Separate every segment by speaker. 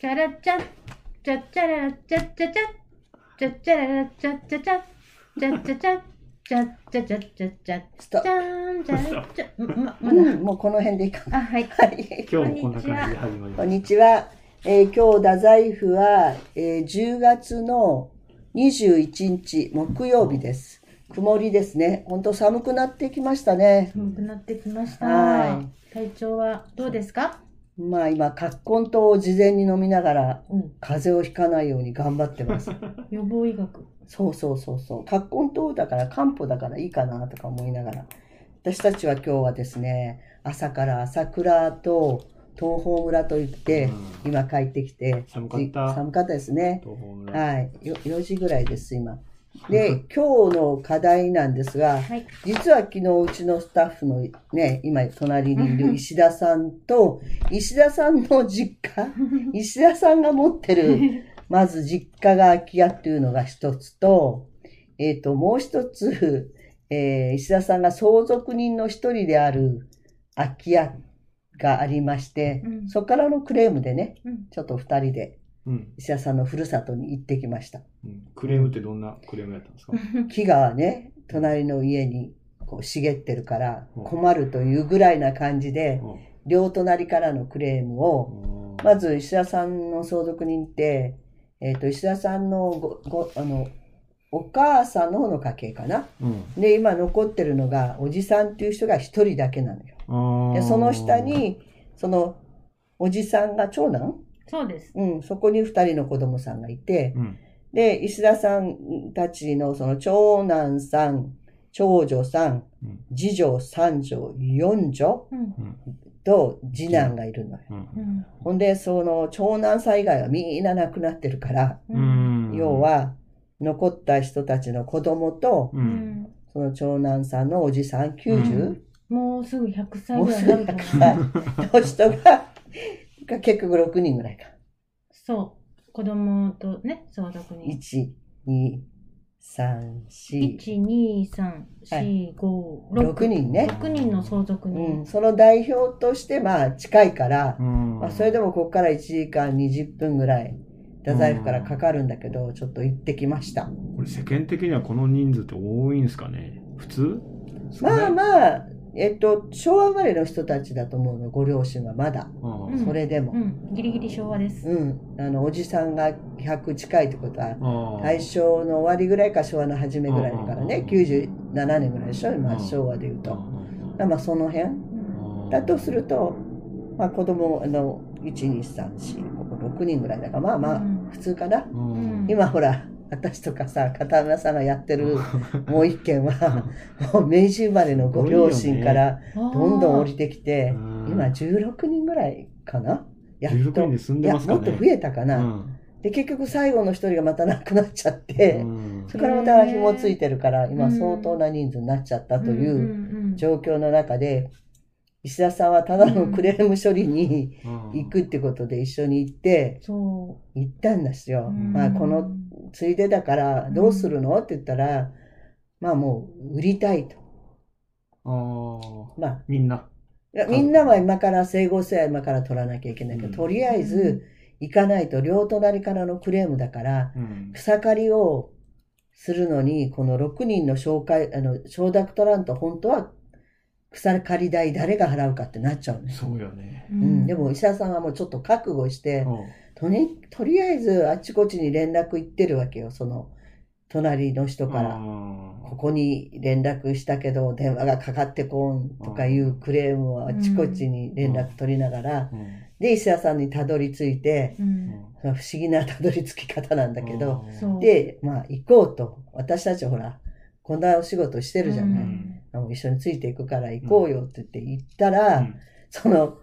Speaker 1: チャラチャチャチャララチャチャチャチャチャララチャチャチャチャチャチャチャチャチャチャチャ
Speaker 2: ストッ
Speaker 1: チ
Speaker 2: プ
Speaker 1: ャーンチャラチャうんまま
Speaker 2: う
Speaker 1: だ
Speaker 2: ん、もうこの辺でいいか
Speaker 1: あはい
Speaker 2: はい
Speaker 3: 今日もこんな感じで始まり
Speaker 2: こ
Speaker 3: ま
Speaker 2: ん
Speaker 3: し。
Speaker 2: にちは。えー今日、太宰府は、えー10月の21日、木曜日です。曇りですね。ほんと寒くなってきましたね。
Speaker 1: 寒くなってきました
Speaker 2: は
Speaker 1: 体調はどうですか
Speaker 2: まあ今、葛根湯を事前に飲みながら、
Speaker 1: うん
Speaker 2: 風邪をひかないように頑張ってます。
Speaker 1: 予防医学
Speaker 2: そうそうそうそう。葛根湯だから、漢方だからいいかなとか思いながら。私たちは今日はですね、朝から朝倉と東峰村と行ったて、今帰ってきて、
Speaker 3: 寒かった
Speaker 2: 寒かったですね。
Speaker 3: 東方村。
Speaker 2: はい。よ4時ぐらいです、今。で、今日の課題なんですが、
Speaker 1: はい
Speaker 2: 実は昨日うちのスタッフのね、今隣にいる石田さんと、石田さんの実家、石田さんが持ってる、まず実家が空き家っていうのが一つと、えっ、と、もう一つ、えー石田さんが相続人の一人である空き家がありまして、
Speaker 1: うん
Speaker 2: そこからのクレームでね、
Speaker 1: うん
Speaker 2: ちょっと二人で
Speaker 3: うん。
Speaker 2: 石田さんのふるさとに行ってきました。
Speaker 3: うんクレームってどんなクレームやったんですか
Speaker 2: 木がね、隣の家にこう茂ってるから
Speaker 3: うん
Speaker 2: 困るというぐらいな感じで、
Speaker 3: う
Speaker 2: 両隣からのクレームを、
Speaker 3: ん
Speaker 2: まず石田さんの相続人って、えっ、と、石田さんのご、ご、あの、お母さんの方の家系かな。
Speaker 3: うん
Speaker 2: で、今残ってるのが、おじさんっていう人が一人だけなのよ。
Speaker 3: あ
Speaker 2: で、
Speaker 3: ー
Speaker 2: その下、に、その、おじさんが長男
Speaker 1: そうです
Speaker 2: うん、そこに二人の子供さんがいて、
Speaker 3: うん。
Speaker 2: で、石田さんたちのその長男さん、長女さん、
Speaker 3: うん
Speaker 2: 次女、三女、四女
Speaker 1: うん
Speaker 2: と次男がいるのよ。
Speaker 3: うん
Speaker 1: うん
Speaker 2: ほんで、その長男さん以外はみんな亡くなってるから、
Speaker 1: う
Speaker 3: うんん。
Speaker 2: 要、は残った人たちの子供と、
Speaker 3: う。
Speaker 1: うんん
Speaker 2: その長男さんのおじさん
Speaker 3: う
Speaker 2: 90?、
Speaker 1: もうすぐ100歳
Speaker 2: も
Speaker 1: ぐ
Speaker 2: う
Speaker 1: らい
Speaker 2: す
Speaker 1: に
Speaker 2: ぐ
Speaker 1: なるか
Speaker 2: 100
Speaker 1: な
Speaker 2: 歳の人が、が結局6人ぐらいか。
Speaker 1: そう子供とね相続人
Speaker 2: 1、2、3、4、
Speaker 1: 一二三四五六
Speaker 2: 6人ね。
Speaker 1: 6人の相続
Speaker 2: うん、
Speaker 1: 人
Speaker 2: その代表として、まあ、近いから、
Speaker 3: うん
Speaker 2: まあ、それでもここから1時間20分ぐらい、太宰府からかかるんだけど、ちょっと行ってきました。
Speaker 3: これ世間的にはこの人数って多いんですかね普通
Speaker 2: まあ
Speaker 3: あ、
Speaker 2: まあ、えっと、昭和生まれの人たちだと思うの、ご両親はまだ。
Speaker 3: うん
Speaker 1: うん
Speaker 2: それで
Speaker 1: う
Speaker 2: も。
Speaker 1: んギリギリ昭和です
Speaker 2: うん、あの、おじさんが100近いってことは、
Speaker 3: あー
Speaker 2: 大正の終わりぐらいか昭和の初めぐらいだから
Speaker 3: う
Speaker 2: ね
Speaker 3: ん、
Speaker 2: 97年ぐらいでしょ、
Speaker 3: う
Speaker 2: 今、
Speaker 3: ん
Speaker 2: 昭和で言う
Speaker 3: う
Speaker 2: と。
Speaker 3: ん
Speaker 2: まあ、その辺。
Speaker 1: うん
Speaker 2: だとすると、まあ、子供あの12345人ぐらいだからまあま
Speaker 1: う
Speaker 2: あ
Speaker 1: ん
Speaker 2: 普通かな、
Speaker 3: うん
Speaker 2: 今ほら私とかさ片山さんがやってるもう一軒はもう明治生まれのご両親からどんどん降りてきて、
Speaker 3: うん
Speaker 2: 今16人ぐらいかなやっと
Speaker 3: 16人で住ん
Speaker 2: い
Speaker 3: で
Speaker 2: や
Speaker 3: ますか
Speaker 2: もっ
Speaker 3: ね
Speaker 2: と増えたかな、
Speaker 3: うん
Speaker 2: で結局最後の一人がまた亡くなっちゃって、
Speaker 3: うん
Speaker 2: それからまた紐ついてるから
Speaker 1: う
Speaker 2: 今
Speaker 1: ん
Speaker 2: 相当な人数になっちゃったという。
Speaker 1: んんうん
Speaker 2: 状況の中で、石田さんはただのクレーム処理に行くってことで一緒に行って、
Speaker 1: そ
Speaker 2: 行ったんです
Speaker 1: う
Speaker 2: よ。
Speaker 1: うん
Speaker 2: まあ、このついでだからどうするのって言ったら、まあもう売りたいと。
Speaker 3: あー
Speaker 2: まあ、
Speaker 3: みんな。
Speaker 2: いやみんなは今から整合性は今から取らなきゃいけないけど、
Speaker 3: うん
Speaker 2: とりあえず行かないと両隣からのクレームだから、
Speaker 3: うん
Speaker 2: 草刈りをするのに、この6人の紹介、あの、承諾取らんと本当は草刈り代誰が払うかってなっちゃうのよ
Speaker 3: そうよね。
Speaker 1: う
Speaker 2: うん、でも石田さんはもうちょっと覚悟して、
Speaker 3: う
Speaker 2: とにとりあえずあっちこっちに連絡行ってるわけよ、その隣の人
Speaker 3: ん
Speaker 2: から。ここに連絡したけど電話がかかってこんとかいうクレームをあっちこっちに連絡取りながら、
Speaker 3: うん
Speaker 2: で、石田さんにたどり着いて、
Speaker 1: う
Speaker 3: うんん
Speaker 2: 不思議なたどり着き方なんだけど、
Speaker 3: うん
Speaker 1: そう
Speaker 2: で、まあ行こうと、私たちほら、こんなお仕事してるじゃない。
Speaker 1: うん
Speaker 2: あもう一緒についていくから行こうよって言って行ったら、
Speaker 3: うん
Speaker 2: その、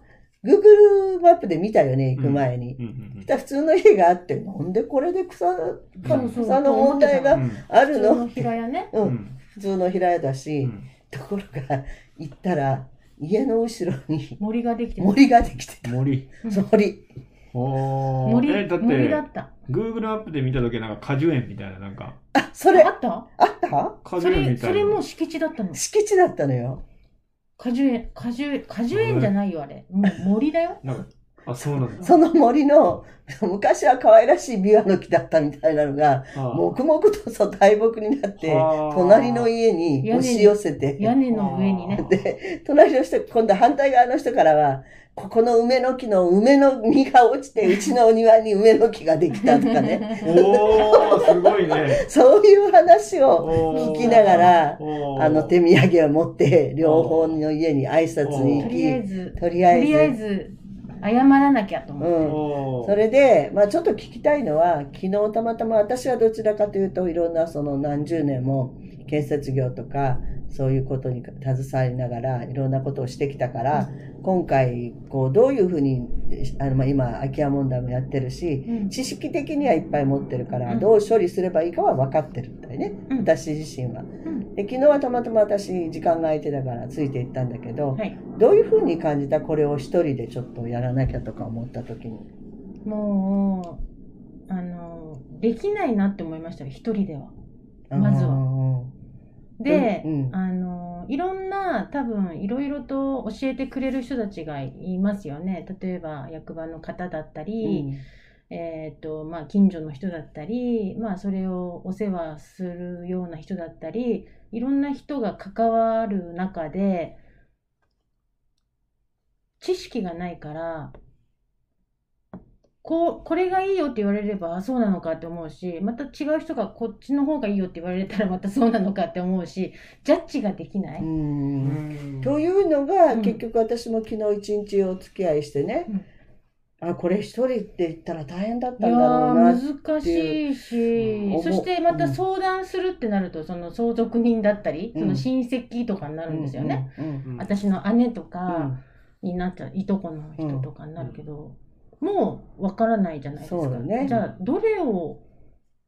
Speaker 2: Google マップで見たよね、行く前に。
Speaker 3: うんうん
Speaker 2: 普通の家があって、なんでこれで草か
Speaker 3: うん
Speaker 2: 草の問題
Speaker 1: う
Speaker 2: がある
Speaker 1: 普通の
Speaker 2: の
Speaker 1: 平屋ね
Speaker 2: う
Speaker 3: うん
Speaker 2: ん、普通の平屋だし、
Speaker 3: うん
Speaker 2: ところが行ったら、家の後ろに
Speaker 1: 森ができてる
Speaker 2: 森ができてた。
Speaker 3: 森。
Speaker 2: 森。
Speaker 3: おー
Speaker 1: 森
Speaker 3: え、だっ
Speaker 1: 森だ
Speaker 3: て、
Speaker 1: った
Speaker 3: Google マップで見たときなんか果樹園みたいな、なんか、
Speaker 2: あ、それ、
Speaker 1: あ
Speaker 2: あ
Speaker 1: った
Speaker 2: った
Speaker 1: そ
Speaker 3: 果樹園
Speaker 1: れ
Speaker 3: みた
Speaker 1: そ
Speaker 3: いな。
Speaker 1: れも敷地だったの
Speaker 2: 敷地だったのよ。
Speaker 1: 果樹園果樹果樹園じゃないよあれもう森だよ
Speaker 3: なんかあ、そうなんだ。
Speaker 2: その森の、昔は可愛らしいビワの木だったみたいなのが、
Speaker 3: あ
Speaker 2: 黙々とそう大木になって
Speaker 3: はあ、
Speaker 2: 隣の家に押し寄せ
Speaker 1: 屋
Speaker 2: て、
Speaker 1: 根の上にね。
Speaker 2: で、隣の人、今度反対側の人からは、ここの梅の木の梅の実が落ち て、うちのお庭に梅の木ができたとか ね、
Speaker 3: おー、すごいね。
Speaker 2: そういう話を
Speaker 3: おー
Speaker 2: 聞きなが、ら、
Speaker 3: おー
Speaker 2: あの手土産を持って、両方の家に挨拶に
Speaker 1: とりあえ
Speaker 2: 行
Speaker 1: ず
Speaker 2: き、、とりあ
Speaker 1: とりあ
Speaker 2: え
Speaker 1: え
Speaker 2: ず、
Speaker 1: ず、謝らなきゃと思っ。
Speaker 2: うん。
Speaker 3: おー
Speaker 2: それで、まあ、ちょっと聞きたいのは昨日たまたま私はどちらかというといろんなその何十年も建設業とかそういうことに携わりながらいろんなことをしてきたから今回こうどういうふうにあの、まあ、今空き家問題もやってるして
Speaker 1: うん
Speaker 2: 知識的にはいっぱい持ってるか
Speaker 1: う
Speaker 2: ら
Speaker 1: ん
Speaker 2: どう処理すればいいかは分かってるみたいね
Speaker 1: うん
Speaker 2: 私自身は。
Speaker 1: うん
Speaker 2: で昨日はたまたま私時間が空いてたからついていったんだけど
Speaker 1: はい。
Speaker 2: どういうふうに感じたこれを一人でちょっとやらなきゃとか思った時に。
Speaker 1: もう、あの、できないなって思いましたよ、一人では。まずは
Speaker 2: は。
Speaker 1: で、
Speaker 2: うん
Speaker 1: あのいろんな多分いろいろと教えてくれる人たちがいますよね例えば役場の方だったり、えーとまあ、近所の人だったり、まあ、それをお世話するような人だったりいろんな人が関わる中で知識がないからこうこれがいいよって言われればあそうなのかって思うしまた違う人がこっちの方がいいよって言われたらまたそうなのかって思うしジャッジができない。
Speaker 2: うん
Speaker 3: うん
Speaker 2: というのが、
Speaker 1: うん
Speaker 2: 結局私も昨日一日お付き合いしてね、あこれ一人って言ったら大変だっ
Speaker 1: い
Speaker 2: た
Speaker 1: や
Speaker 2: んだろうなって
Speaker 1: ー難しい
Speaker 3: うん
Speaker 1: し、
Speaker 2: 思う
Speaker 1: そしてまた相談するってなると、その相続人だったり、
Speaker 2: うん
Speaker 1: その親戚とかになるんですよね。。
Speaker 2: うんうん
Speaker 3: うん
Speaker 1: 私の姉と
Speaker 2: う
Speaker 1: か
Speaker 2: ん
Speaker 1: になっちゃう、いとこの人とかになるけど、もうわからないじゃないです
Speaker 2: そう
Speaker 1: か。
Speaker 2: だね
Speaker 1: じゃあ、どれを、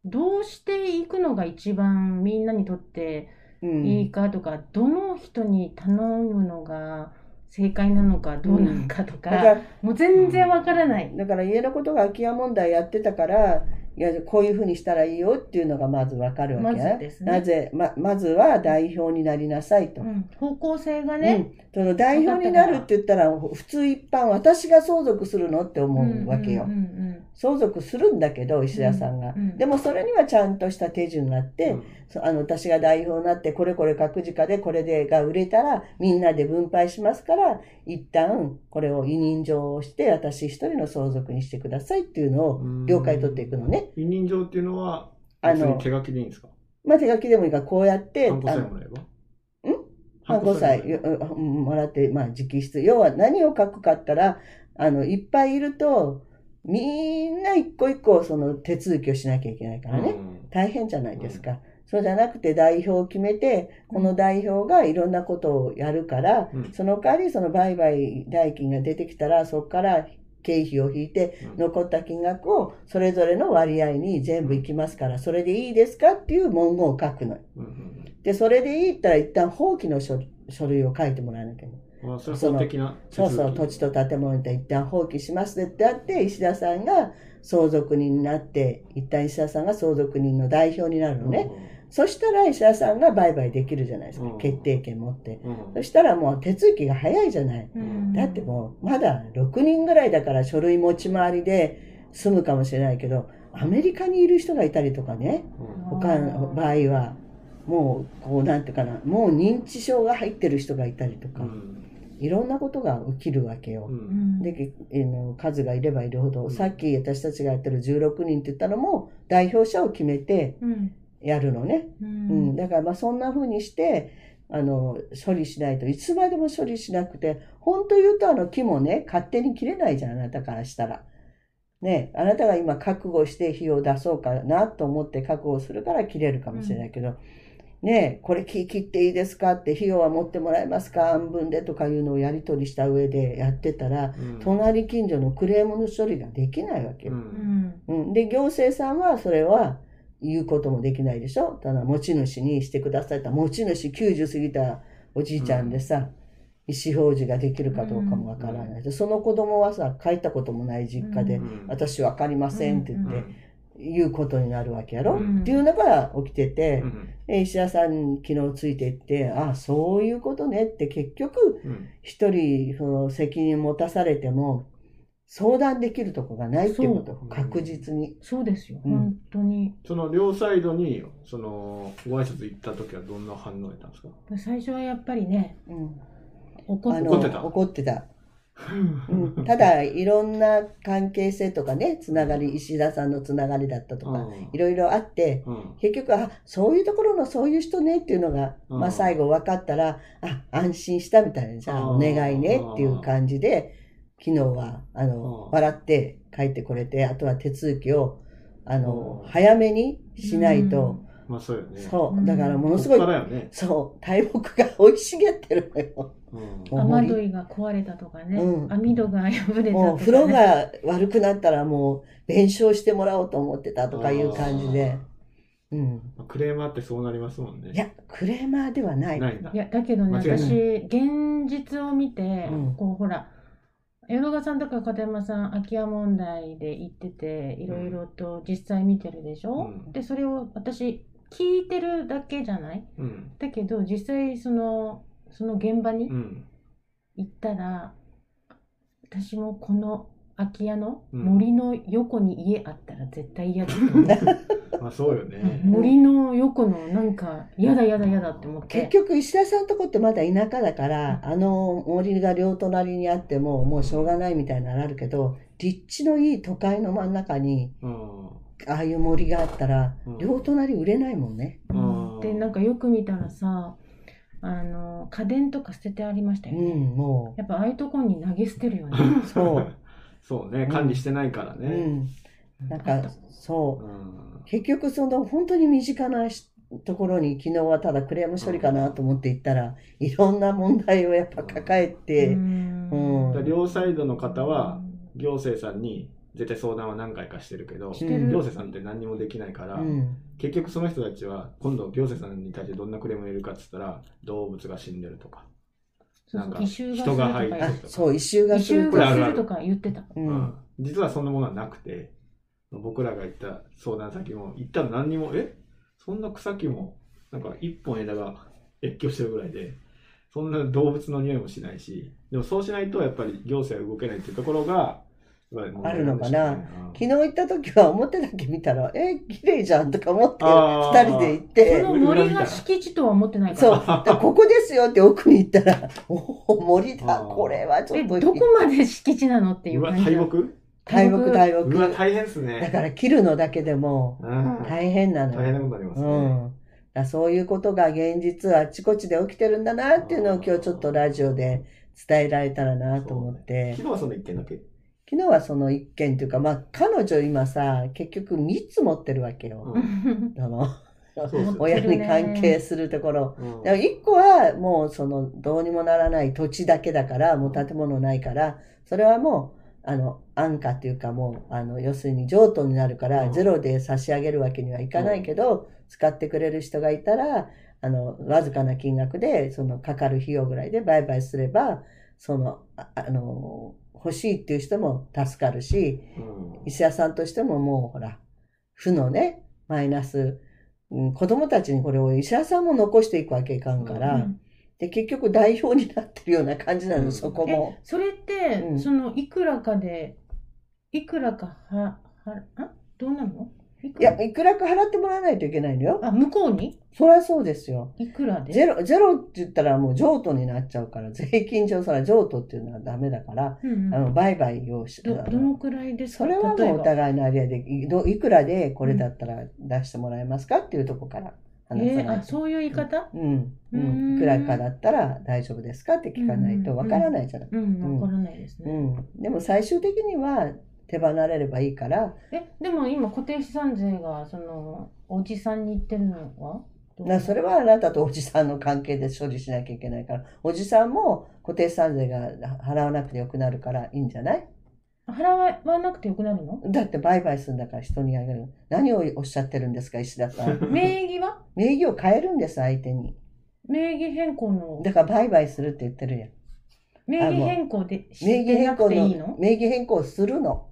Speaker 1: どうしていくのが一番みんなにとって
Speaker 2: うん
Speaker 1: いいかとか、どの人に頼むのが正解なのかどうなのかと
Speaker 2: だ
Speaker 1: か、
Speaker 2: から
Speaker 1: もう全然わからない。
Speaker 2: だから家のことが空き家問題やってたからいやこういうふうにしたらいいよっていうのがまず分かるわけ
Speaker 1: まずですね
Speaker 2: なぜままずは代表になりなさいと、
Speaker 1: うん方向性がね、
Speaker 2: うん、その代表になるって言ったら普通一般私が相続するのって思うわけよ、
Speaker 1: うんうん
Speaker 2: 相続するんだけど石田さんが、
Speaker 1: うんうん
Speaker 2: でもそれにはちゃんとした手順があって、そあの私が代表になってこれこれ各自家でこれでが売れたらみんなで分配しますから一旦これを委任状をして私一人の相続にしてくださいっていうのを
Speaker 3: うん
Speaker 2: 了解取っていくのね、
Speaker 3: 委任状っていうのは、
Speaker 2: あ
Speaker 3: 別に
Speaker 2: の
Speaker 3: 手書きでいいんですか
Speaker 2: まあ手書きでもいいからこうやって
Speaker 3: 半個
Speaker 2: あ
Speaker 3: さ
Speaker 2: の
Speaker 3: えもらえば
Speaker 2: ん半5歳
Speaker 3: もらえば
Speaker 2: うんもらって、まあ、直筆。要は何を書くかったら、あの、いっぱいいると、みんな一個一個その手続きをしなきゃいけないからね。
Speaker 3: うん
Speaker 2: 大変じゃないですか。そうじゃなくて代表を決めて、この代表がいろんなことをやるから、
Speaker 3: うん
Speaker 2: その代わりその売買代金が出てきたら、そこから経費を引いて、
Speaker 3: うん
Speaker 2: 残った金額をそれぞれの割合に全部いきますから、それでいいですかっていう文言を書くの。
Speaker 3: うん
Speaker 2: で、それでいいったら一旦放棄の書書類を書いてもらわなきゃいけない。
Speaker 3: うんあそれは法的な手
Speaker 2: そう
Speaker 3: 続き
Speaker 2: そう、土地と建物で一旦放棄しますってあって、石田さんが相続人になって、一旦石田さんが相続人の代表になるのね。そしたら石田さんが売買できるじゃないですか
Speaker 3: う。ん
Speaker 2: 決定権持って。
Speaker 3: うん。
Speaker 2: そしたらもう手続きが早いじゃない。
Speaker 1: うん
Speaker 2: だってもう、まだ6人ぐらいだから書類持ち回りで済むかもしれないけど、アメリカにいる人がいたりとかね。
Speaker 3: うん
Speaker 2: 他の場合はもうこうなんていうかなもう認知症が入ってる人がいたりとか、
Speaker 3: うん
Speaker 2: いろんなことが起きるわけよ
Speaker 3: う。
Speaker 1: うんん
Speaker 2: でけあの数がいればいるほど、
Speaker 3: うん
Speaker 2: さっき私たちがやってる16人って言ったのも代表者を決めて
Speaker 1: うん
Speaker 2: やるのね、
Speaker 1: う
Speaker 2: うんんだからまあそんな風にしてあの処理しないといつまでも処理しなくて本当言うとあの木もね勝手に切れないじゃんあなたからしたら。ね、あなたが今覚悟して費用を出そうかなと思って覚悟するから切れるかもしれないけど、ねえ、これ切切っていいですかって費用は持ってもらえますか半分でとかいうのをやり取りした上でやってたら、
Speaker 3: うん
Speaker 2: 隣近所のクレームの処理ができないわけ
Speaker 3: う
Speaker 2: よ、
Speaker 1: うんん
Speaker 2: うんで、行政さんはそれは言うこともできないでしょただ持ち主にしてくださいって持ち主90過ぎたおじいちゃんでさ、意思表示ができるかどうかもわからない、でその子供はさ、帰ったこともない実家で、
Speaker 1: う
Speaker 3: うん
Speaker 2: 私わかりませんって言って、
Speaker 3: うん
Speaker 2: 言うことになるわけやろ、
Speaker 3: う
Speaker 2: っ
Speaker 3: ん
Speaker 2: ていうのが起きてて、
Speaker 3: うん
Speaker 2: で石田さんに昨日ついてって、ああ、そういうことねって結局、
Speaker 3: うん
Speaker 2: 一人その責任持たされても、相談できるとこがないっていうこと、
Speaker 3: そう
Speaker 2: 確実に。
Speaker 1: そうですよ、
Speaker 2: うん
Speaker 1: 本当に。
Speaker 3: その両サイドに、その、ご挨拶行った時はどんな反応だったんですか
Speaker 1: 最初はやっぱりね、
Speaker 2: うん
Speaker 1: 怒
Speaker 2: あ
Speaker 1: っ
Speaker 2: の
Speaker 3: 怒ってた
Speaker 2: 怒ってた。 うん、ただ、いろんな関係性とかね、つながり、石田さんのつながりだったと
Speaker 3: う
Speaker 2: か、
Speaker 3: ん
Speaker 2: いろいろあって、
Speaker 3: うん
Speaker 2: 結局、あ、そういうところのそういう人ねっていうのが、
Speaker 3: うん
Speaker 2: まあ最後分かったら、あ、安心したみたいな、じゃあ
Speaker 3: う
Speaker 2: お
Speaker 3: ん
Speaker 2: 願いねっていう感じで、昨日は、あ
Speaker 3: う
Speaker 2: の
Speaker 3: ん、
Speaker 2: 笑って帰ってこれて、あとは手続きを、あの
Speaker 3: う、ん
Speaker 2: 早めにしないと、
Speaker 3: まあそうよね。う。
Speaker 2: そうう、
Speaker 1: ん
Speaker 2: だからも
Speaker 3: も
Speaker 2: の
Speaker 3: の
Speaker 2: す
Speaker 3: す
Speaker 2: ご
Speaker 3: ご
Speaker 2: い
Speaker 3: い。、からよね。
Speaker 2: そう、大木が生い茂ってるのよ。
Speaker 3: うん
Speaker 1: う
Speaker 2: も
Speaker 1: ん、雨どいが壊れたとかね、
Speaker 2: うん
Speaker 1: 網戸が破れたとか、ね、
Speaker 2: もう風呂が悪くなったらもう弁償してもらおうと思ってたとかいう感じで、うん。
Speaker 3: まあクレーマーってそうなりますもんね。
Speaker 2: いや、クレーマーではない。
Speaker 3: ないんだ
Speaker 1: い。やだけどね
Speaker 3: 間違いな
Speaker 1: 私現実を見て、
Speaker 2: うん
Speaker 1: こうほら淀川さんとか片山さん空き家問題で行ってていろいろと実際見てるでしょ、
Speaker 3: うん
Speaker 1: でそれを私聞いてるだけじゃない
Speaker 3: うん。
Speaker 1: だけど実際そのその現場に
Speaker 3: うん。
Speaker 1: 行ったら、私もこの空き家の
Speaker 3: うん
Speaker 1: 森の横に家あったら絶対嫌だと思う
Speaker 3: まあそうよ
Speaker 1: うん
Speaker 3: ね。
Speaker 1: 森の横のなんか嫌だ嫌だ嫌だって思って
Speaker 2: 結局石田さんとこってまだ田舎だから、あの森が両隣にあってももうしょうがないみたいになるけど立地のいい都会の真ん中に
Speaker 3: うん。
Speaker 2: ああいう森があったら、
Speaker 3: うん
Speaker 2: 両隣売れないもんね、
Speaker 3: うん
Speaker 1: でなんかよく見たらさあの家電とか捨ててありました
Speaker 2: う
Speaker 1: よね、
Speaker 2: んも
Speaker 1: やっぱああいうとこに投げ捨てるよね
Speaker 2: うそう、
Speaker 3: そうね。管理してないから
Speaker 2: う
Speaker 3: ね。
Speaker 2: ん、 なんかそう
Speaker 3: うん。
Speaker 2: 結局その本当に身近なしところに昨日はただクレーム処理かなと思って行ったら、いろんな問題をやっぱ抱えて、
Speaker 1: ん
Speaker 2: うん
Speaker 3: だから両サイドの方は、行政さんに絶対相談は何回かしてるけど、
Speaker 1: し
Speaker 2: してて
Speaker 1: る
Speaker 2: る
Speaker 3: 行政さんって何にもできないから、
Speaker 2: うん
Speaker 3: 結局その人たちは今度行政さんに対してどんなクレーム入れるかっつったら動物が死んでるとか、
Speaker 1: そう
Speaker 3: なん
Speaker 1: そ
Speaker 3: か
Speaker 1: う異臭
Speaker 3: 人が入
Speaker 1: すると
Speaker 3: って
Speaker 1: か
Speaker 2: あ
Speaker 3: るとか
Speaker 2: そう異臭が
Speaker 1: 異
Speaker 2: する
Speaker 1: 臭
Speaker 2: とか
Speaker 1: がするとか言ってた
Speaker 2: う
Speaker 3: うんん、実はそんなものはなくて僕らが行った相談先も行ったら何にもえそんな草木もなんか一本枝が越境してるぐらいでそんな動物の匂いもしないしでもそうしないとやっぱり行政は動けないっていうところがやっぱり問題んでしょうね
Speaker 2: あるの
Speaker 3: うん
Speaker 2: 昨日行った時は表だけ見たら、え、綺麗じゃんとか思って、
Speaker 3: あ
Speaker 2: 二
Speaker 3: ー
Speaker 2: 人で行っ
Speaker 1: こ
Speaker 2: て、
Speaker 1: の森が敷地とは思ってないか
Speaker 2: そう、
Speaker 1: ら
Speaker 2: だからここですよって奥に行ったら、 おお、森だ、
Speaker 3: あー
Speaker 2: これはちょ
Speaker 1: え
Speaker 2: っと、
Speaker 1: どこまで敷地なのっていう
Speaker 3: うわ
Speaker 1: 感
Speaker 3: 大
Speaker 1: じ
Speaker 3: 木
Speaker 2: 大木大木。
Speaker 3: うわ大変っす
Speaker 2: だ
Speaker 3: ね
Speaker 2: から切るのだけでも
Speaker 3: うん
Speaker 2: 大変なのよ。
Speaker 3: 大変なことになります
Speaker 2: う
Speaker 3: ね、
Speaker 2: ん。だからそういうことが現実あちこちで起きてるんだなっていうのを今日ちょっとラジオで伝えられたらなと思って、
Speaker 3: 昨日はその一件だけ、
Speaker 2: 昨日はその一件というか、まあ彼女今さ、結局3つ持ってるわけよ。
Speaker 3: うん
Speaker 2: あの、
Speaker 3: そうですよ
Speaker 2: 親に関係するところ。
Speaker 3: うん
Speaker 2: でも一個はもうそのどうにもならない土地だけだから、もう建物ないから、それはもう、あの、安価というかもう、あの、要するに譲渡になるか
Speaker 3: う
Speaker 2: ら、
Speaker 3: ん
Speaker 2: ゼロで差し上げるわけにはいかないけど、使ってくれる人がいたら、あの、わずかな金額で、そのかかる費用ぐらいで売買すれば、その、ああの、欲しいっていう人も助かるし、
Speaker 3: うん
Speaker 2: 石田さんとしてももうほら、負のね、マイナス、うん、子供たちにこれを石田さんも残していくわけいかんから、
Speaker 1: うん
Speaker 2: で、結局代表になってるような感じなの、
Speaker 3: うん
Speaker 2: そこも。
Speaker 1: それって、
Speaker 2: うん
Speaker 1: そのいくらかでいくらかははあどうなのいく
Speaker 2: い
Speaker 1: ら
Speaker 2: や、いくらか払ってもらわないといけないのよ。
Speaker 1: あ向こうに
Speaker 2: そりゃそうですよ。
Speaker 1: いくらで
Speaker 2: ゼロ、ゼロって言ったらもう譲渡になっちゃうから、税金上そら譲渡っていうのはダメだから、
Speaker 1: うんうん
Speaker 2: あの、売買をし、
Speaker 1: ど
Speaker 2: あの
Speaker 1: どのくらいですか
Speaker 2: それは
Speaker 1: 例え
Speaker 2: もう
Speaker 1: ば
Speaker 2: お互いのあれやで、いどいくらでこれだったら出してもらえますかっていうとこから話さ
Speaker 1: え
Speaker 2: ないと。
Speaker 1: ーあそういう言い方
Speaker 2: うん、う
Speaker 1: うん
Speaker 2: ん、いくらかだったら大丈夫ですかって聞かないとわからないじゃない。
Speaker 1: うん
Speaker 2: うん
Speaker 1: わからないです
Speaker 2: う
Speaker 1: ね、
Speaker 2: ん、でも最終的には手離れればいいから、
Speaker 1: えでも今固定資産税がそのおじさんに言ってるのはどう
Speaker 2: なそれはあなたとおじさんの関係で処理しなきゃいけないから、おじさんも固定資産税が払わなくてよくなるからいいんじゃない
Speaker 1: 払わなくてよくなるの
Speaker 2: だって売買するんだから人にあげる。何をおっしゃってるんですか、石田さん。
Speaker 1: 名義は
Speaker 2: 名義を変えるんです、相手に。
Speaker 1: 名義変更の
Speaker 2: だから売買するって言ってるやん。
Speaker 1: 名義変更で知っ
Speaker 2: 名義
Speaker 1: てな
Speaker 2: 変更
Speaker 1: くていい
Speaker 2: の、
Speaker 1: の
Speaker 2: 名義変更するの。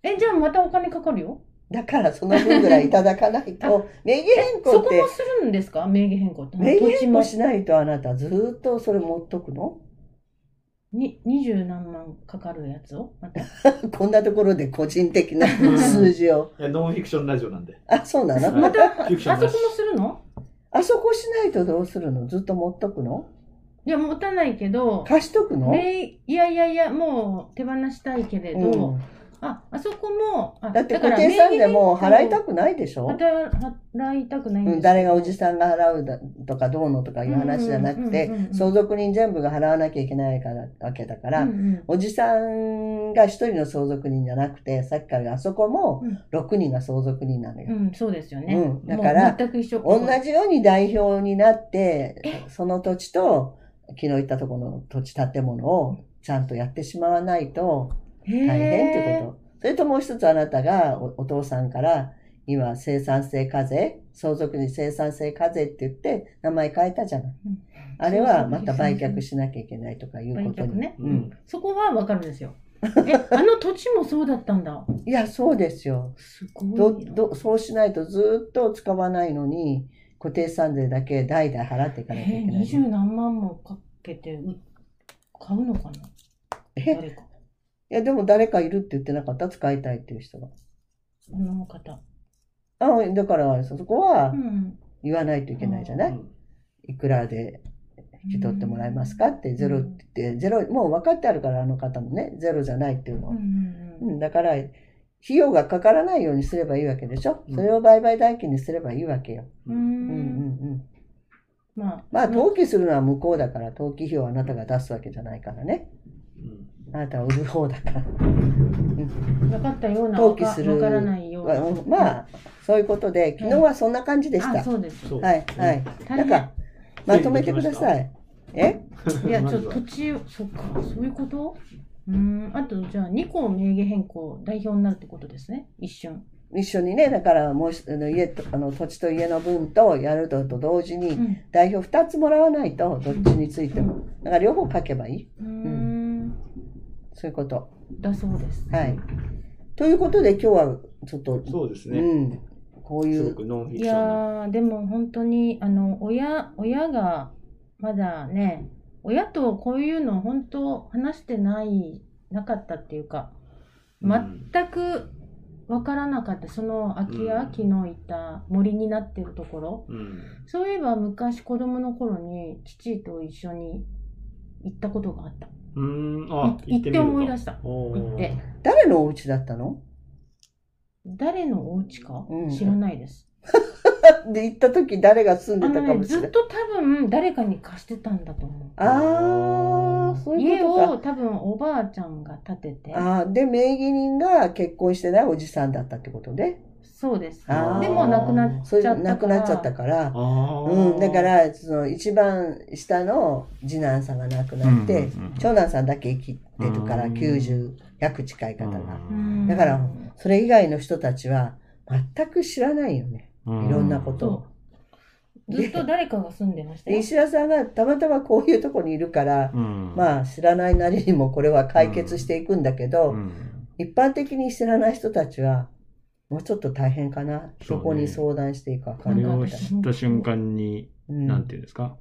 Speaker 1: えじゃあまたお金かかるよ
Speaker 2: だからその分ぐらいいただかないと、名義変更
Speaker 1: そ
Speaker 2: っ
Speaker 1: こ
Speaker 2: て
Speaker 1: も、するんですか名義変更って。
Speaker 2: 名義
Speaker 1: 土地
Speaker 2: 変
Speaker 1: も
Speaker 2: 更しないとあなたずーっとそれ持っとくの
Speaker 1: に20何万かかるやつをまた
Speaker 2: こんなところで個人的な数字を。
Speaker 3: いや、ノンフィクションラジオなんで。
Speaker 2: あ、そうなの
Speaker 1: また
Speaker 3: フ
Speaker 1: あ
Speaker 3: ィクショ
Speaker 1: そ
Speaker 3: ン
Speaker 1: こ
Speaker 3: な
Speaker 1: も
Speaker 3: し
Speaker 1: するの
Speaker 2: あそこしないとどうするのずっと持っとくの
Speaker 1: いや持たないけど
Speaker 2: 貸しとくの、
Speaker 1: ねいやいやいやもう手放したいけれど、
Speaker 2: うん、
Speaker 1: ああそこもあ
Speaker 2: だって
Speaker 1: か
Speaker 2: 固
Speaker 1: ら
Speaker 2: 定さんでもう払いた
Speaker 1: く
Speaker 2: くないでしょ、
Speaker 1: 払いたくないん
Speaker 2: う
Speaker 1: です
Speaker 2: ん、誰がおじさんが払うだとかどうのとかいう話じゃなく
Speaker 1: う
Speaker 2: て
Speaker 1: んうんうんうんうん
Speaker 2: 相続人全部が払わなきゃいけないからわけだから、
Speaker 1: うんうん
Speaker 2: おじさんが一人の相続人じゃなくてさっきからあそこも
Speaker 1: うん
Speaker 2: 6人が相続人なのよ。
Speaker 1: うん、そうですよね。
Speaker 2: うんだから
Speaker 1: もう全く一緒。
Speaker 2: 同じように代表になって、その土地と、昨日言ったところの土地建物をちゃんとやってしまわないと
Speaker 1: へー
Speaker 2: 大変ってこと。それともう一つあなたがおお父さんから、今生産性課税、相続に生産性課税って言って名前変えたじゃない。
Speaker 1: うん
Speaker 2: あれはまた売却しなきゃいけないとかいうこと
Speaker 1: 売却
Speaker 2: に。
Speaker 1: ね
Speaker 2: うん。
Speaker 1: そこはわかるんです よ。え、あの土地もそうだったんだ。
Speaker 2: いや、そうですよ。
Speaker 1: すごいな。
Speaker 2: どどそうしないとずっと使わないのに、固定資産税だけ代々払っていかなきゃい
Speaker 1: え
Speaker 2: けな
Speaker 1: 二
Speaker 2: い。
Speaker 1: 十何万もかけてう買うのかな
Speaker 2: え
Speaker 1: 誰か。
Speaker 2: いや、でも誰かいるって言ってなかった使いたいっていう人が。
Speaker 1: あの方。
Speaker 2: あだから、そこ
Speaker 1: う
Speaker 2: は
Speaker 1: ん。
Speaker 2: 言わないといけないじゃ
Speaker 3: う
Speaker 2: ない、
Speaker 3: ん
Speaker 2: いくらで引き取ってもらえますかって、ゼロ
Speaker 1: う
Speaker 2: っ
Speaker 1: ん
Speaker 2: て言って、ゼロ、もう分かってあるから、あの方もね、ゼロじゃないっていうの
Speaker 1: う
Speaker 2: を。
Speaker 1: ん
Speaker 2: う
Speaker 1: うん
Speaker 2: ん、だから、費用がかからないようにすればいいわけでしょ
Speaker 3: うん
Speaker 2: それを売買代金にすればいいわけよ。
Speaker 1: う
Speaker 2: うんうん
Speaker 1: ん。
Speaker 2: うん。
Speaker 1: まあ、
Speaker 2: まあ、登記するのは向こうだから、登記費用はあなたが出すわけじゃないからね。
Speaker 3: うん
Speaker 2: あなたは売る方だから。
Speaker 1: 分かったような、
Speaker 2: 登記する
Speaker 1: わからないような。
Speaker 2: まあ、そういうことで、昨日はそんな感じでし
Speaker 1: あ、
Speaker 2: た。
Speaker 1: そうです。
Speaker 3: そう
Speaker 2: はい、はい。
Speaker 1: 大
Speaker 2: な
Speaker 1: 変
Speaker 2: んか、まとめてください。え
Speaker 1: いや、ち
Speaker 3: まず
Speaker 1: ょっ
Speaker 3: は
Speaker 1: と土地を、そっか、そういうことうーん、あと、じゃあ、2個名義変更、代表になるってことですね、一瞬。
Speaker 2: 一緒にね、だから、もうし、あの家と、あの、土地と家の分とやるのと同時
Speaker 1: う
Speaker 2: に、
Speaker 1: ん。
Speaker 2: 代表2つもらわないと、どっちについても。だから、両方書けばいい。
Speaker 1: うーん、
Speaker 2: そういうこと。
Speaker 1: だそうです。
Speaker 2: はい。ということで、今日は、ちょっと、
Speaker 3: そうです
Speaker 2: う
Speaker 3: ね。
Speaker 2: ん。こうい
Speaker 3: すご
Speaker 2: う、
Speaker 3: くノンフィク
Speaker 1: い
Speaker 3: ションな。
Speaker 1: やー、でも本当に、あの、親、親が、まだね、親とこういうの、本当、話してない、なかったっていうか、
Speaker 3: うん
Speaker 1: 全く分からなかった、その空き家、
Speaker 3: うん
Speaker 1: 昨日いた森になってるところ。
Speaker 3: うん。
Speaker 1: そういえば昔子供の頃に父と一緒に行ったことがあった。
Speaker 3: うーん。あ、
Speaker 1: い行って
Speaker 3: みると
Speaker 1: 思い出した
Speaker 3: おー
Speaker 1: 行って。
Speaker 2: 誰のお家だったの
Speaker 1: 誰のお家か
Speaker 2: うん
Speaker 1: 知らないです。
Speaker 2: で、行った時、誰が住ん
Speaker 1: あの
Speaker 2: でたか
Speaker 1: ね、
Speaker 2: もしれ
Speaker 1: ず
Speaker 2: な
Speaker 1: っ
Speaker 2: い。
Speaker 1: と多分誰かに貸してたんだと思う。
Speaker 2: あー、そういう
Speaker 1: 家
Speaker 2: ことか。
Speaker 1: を多分おばあちゃんが建てて、
Speaker 2: あーで、名義人が結婚してないおじさんだったってことね。
Speaker 1: そうです。
Speaker 2: あー
Speaker 1: でも亡くなっ
Speaker 2: それ
Speaker 1: ち
Speaker 2: で
Speaker 1: ゃったから。
Speaker 2: 亡くなっちゃったから。
Speaker 3: ああ。
Speaker 2: うん、だか、ら、その一番下の次男さんが亡くなって、
Speaker 3: うんうんうん
Speaker 2: 長男さんだけ生きてるから、
Speaker 3: うん
Speaker 2: 90、100近い方が。
Speaker 1: うん
Speaker 2: だからそれ以外の人たちは全く知らないよね。
Speaker 3: う
Speaker 2: いろんなことを
Speaker 1: そ。う。ずっと誰かが住んでました
Speaker 2: で
Speaker 1: よ。
Speaker 2: 石田さんがたまたまこういうとこにいるから、
Speaker 3: うん
Speaker 2: まあ知らないなりにもこれは解決していくんだけど、
Speaker 3: うん
Speaker 2: 一般的に知らない人たちは、もうちょっと大変かな。
Speaker 4: そう
Speaker 2: ど
Speaker 4: ね
Speaker 2: こに相談していいか分か
Speaker 4: こ
Speaker 2: ん
Speaker 4: れ
Speaker 2: な
Speaker 4: を
Speaker 2: い
Speaker 4: 知った瞬間に、
Speaker 2: うん
Speaker 4: なんていうんですか、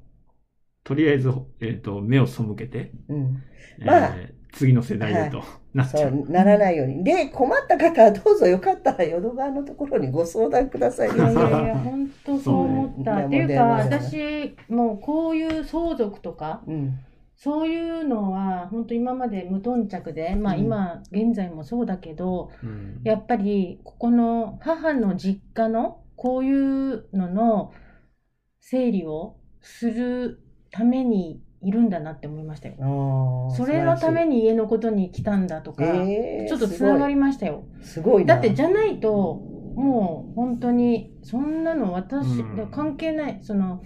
Speaker 4: とりあえず、えっと目を背けて、
Speaker 2: うん。まあ
Speaker 4: えー次の世代へとなっち
Speaker 2: そ
Speaker 4: ゃ
Speaker 2: う
Speaker 4: う。、
Speaker 2: ならないように。で、困った方はどうぞよかったら淀川のところにご相談ください。
Speaker 1: いやい やいや、本当そう思った。
Speaker 2: そう
Speaker 1: っ
Speaker 2: ね
Speaker 1: ていうか、
Speaker 2: でも
Speaker 1: 私、もうこういう相続とか、
Speaker 2: うん。
Speaker 1: そういうのは本当今まで無頓着で、まあ、
Speaker 2: うん
Speaker 1: 今現在もそうだけど、
Speaker 4: うん
Speaker 1: やっぱりここの母の実家のこういうのの整理をするためにいるんだなって思いましたよ。
Speaker 2: ああ。
Speaker 1: それのため
Speaker 2: に
Speaker 1: に家のことに来たんだとか、
Speaker 2: えー、
Speaker 1: ちょっとつながりましたよ。
Speaker 2: すごい。すごいな。
Speaker 1: だってじゃないともう本当にそんなの私、
Speaker 4: うん
Speaker 1: で関係ないその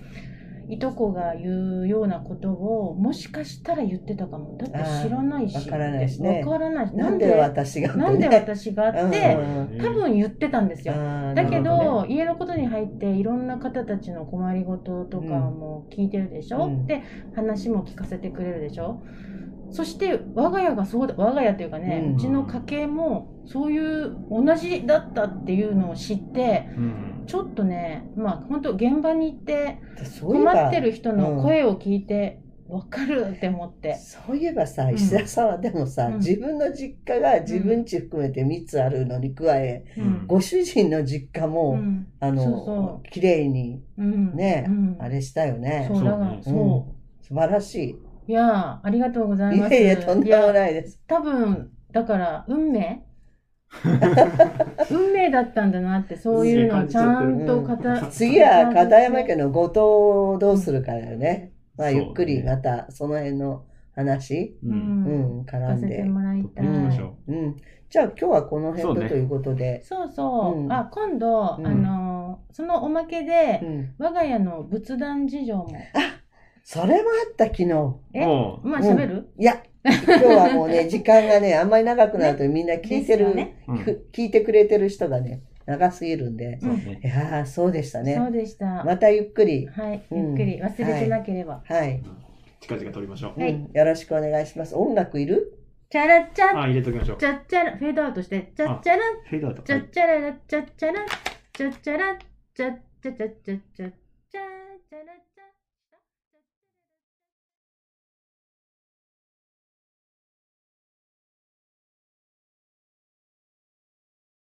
Speaker 1: いとこが言うようなことをもしかしたら言ってたかもだって知らないし
Speaker 2: あーわからないしね
Speaker 1: わからないし
Speaker 2: なんで私がってね、
Speaker 1: なんで私があって
Speaker 2: うん
Speaker 1: 多分言ってたんですよ。
Speaker 2: あー
Speaker 1: だけ
Speaker 4: なるほ
Speaker 1: ど、家のことに入っていろんな方たちの困りごととかも聞いてるでしょ、
Speaker 2: うん
Speaker 1: で話も聞かせてくれるでしょそして我が家がそうだ我が家というかね、
Speaker 2: う
Speaker 1: うんちの家系もそういう同じだったっていうのを知って
Speaker 4: うん
Speaker 1: ちょっとねまあ本当現場に行って
Speaker 2: そういえば
Speaker 1: 困ってる人の声を聞いて、わかるって思って。
Speaker 2: そういえばさ、
Speaker 1: ん
Speaker 2: 石田さんはでもさ、
Speaker 1: うん
Speaker 2: 自分の実家が自分家含めて3つあるのに加え、
Speaker 1: うん
Speaker 2: ご主人の実家も、
Speaker 1: うん
Speaker 2: あの、
Speaker 1: そうそ
Speaker 2: 綺麗に
Speaker 1: うん
Speaker 2: ね、
Speaker 1: うん
Speaker 2: あれしたよね。
Speaker 1: そうだか
Speaker 4: そう
Speaker 1: ら、
Speaker 4: ね
Speaker 1: そ
Speaker 2: うん素晴らし
Speaker 1: う。いやー、ありがとうござ
Speaker 2: い。
Speaker 1: い
Speaker 2: い
Speaker 1: ます。
Speaker 2: えいえ、とんでも
Speaker 1: いや
Speaker 2: ないです。
Speaker 1: 多分、だから、運命運命だったんだなって、そういうのをちゃんと語
Speaker 3: うん
Speaker 2: 次は片山家の後藤をどうするかだよね。まあ、
Speaker 4: そう
Speaker 2: ゆ
Speaker 4: ね
Speaker 2: っくりまたその辺の話、
Speaker 4: う。
Speaker 1: うんん
Speaker 2: うん、
Speaker 1: 聞
Speaker 2: 絡
Speaker 1: か
Speaker 2: ん
Speaker 1: せて
Speaker 2: で。
Speaker 1: もらいたい。
Speaker 4: 行きましょ
Speaker 2: うん。じゃあ今日はこの辺
Speaker 4: そう
Speaker 2: と
Speaker 4: ね
Speaker 2: ということで。
Speaker 1: そうそう。
Speaker 2: うん
Speaker 1: あ、今度、
Speaker 2: うん
Speaker 1: あのー、そのおまけ
Speaker 2: う
Speaker 1: で、
Speaker 2: ん。
Speaker 1: 我が家の仏壇事情も。
Speaker 2: それもあった昨日。
Speaker 4: う。
Speaker 1: え
Speaker 4: おう
Speaker 1: まあ、喋る、
Speaker 2: いや、今日はもう ね、時間がね、あんまり長くなるとみんな聞いてる、
Speaker 1: ね
Speaker 4: うん
Speaker 2: ふ聞いてくれてる人がね、長すぎるんで。
Speaker 4: そうね。
Speaker 2: いやー、そうでし
Speaker 1: そう
Speaker 2: たね。
Speaker 1: でした。
Speaker 2: またゆっくり。
Speaker 1: はい、
Speaker 2: うん
Speaker 1: ゆっくり忘れてなければ。
Speaker 2: はい。
Speaker 3: 近々撮りましょう。
Speaker 1: はい
Speaker 2: うんよろしくお願いします。音楽いる
Speaker 1: チャラチャ
Speaker 4: あ、入れときましょう。
Speaker 1: チャッチャラフェードアウトしてチャッチャラ
Speaker 4: フェードアウト。
Speaker 1: チャッチャラチャッチャラチャッチャラチャッチャラチャッチャラチャッチャラチャッチャラ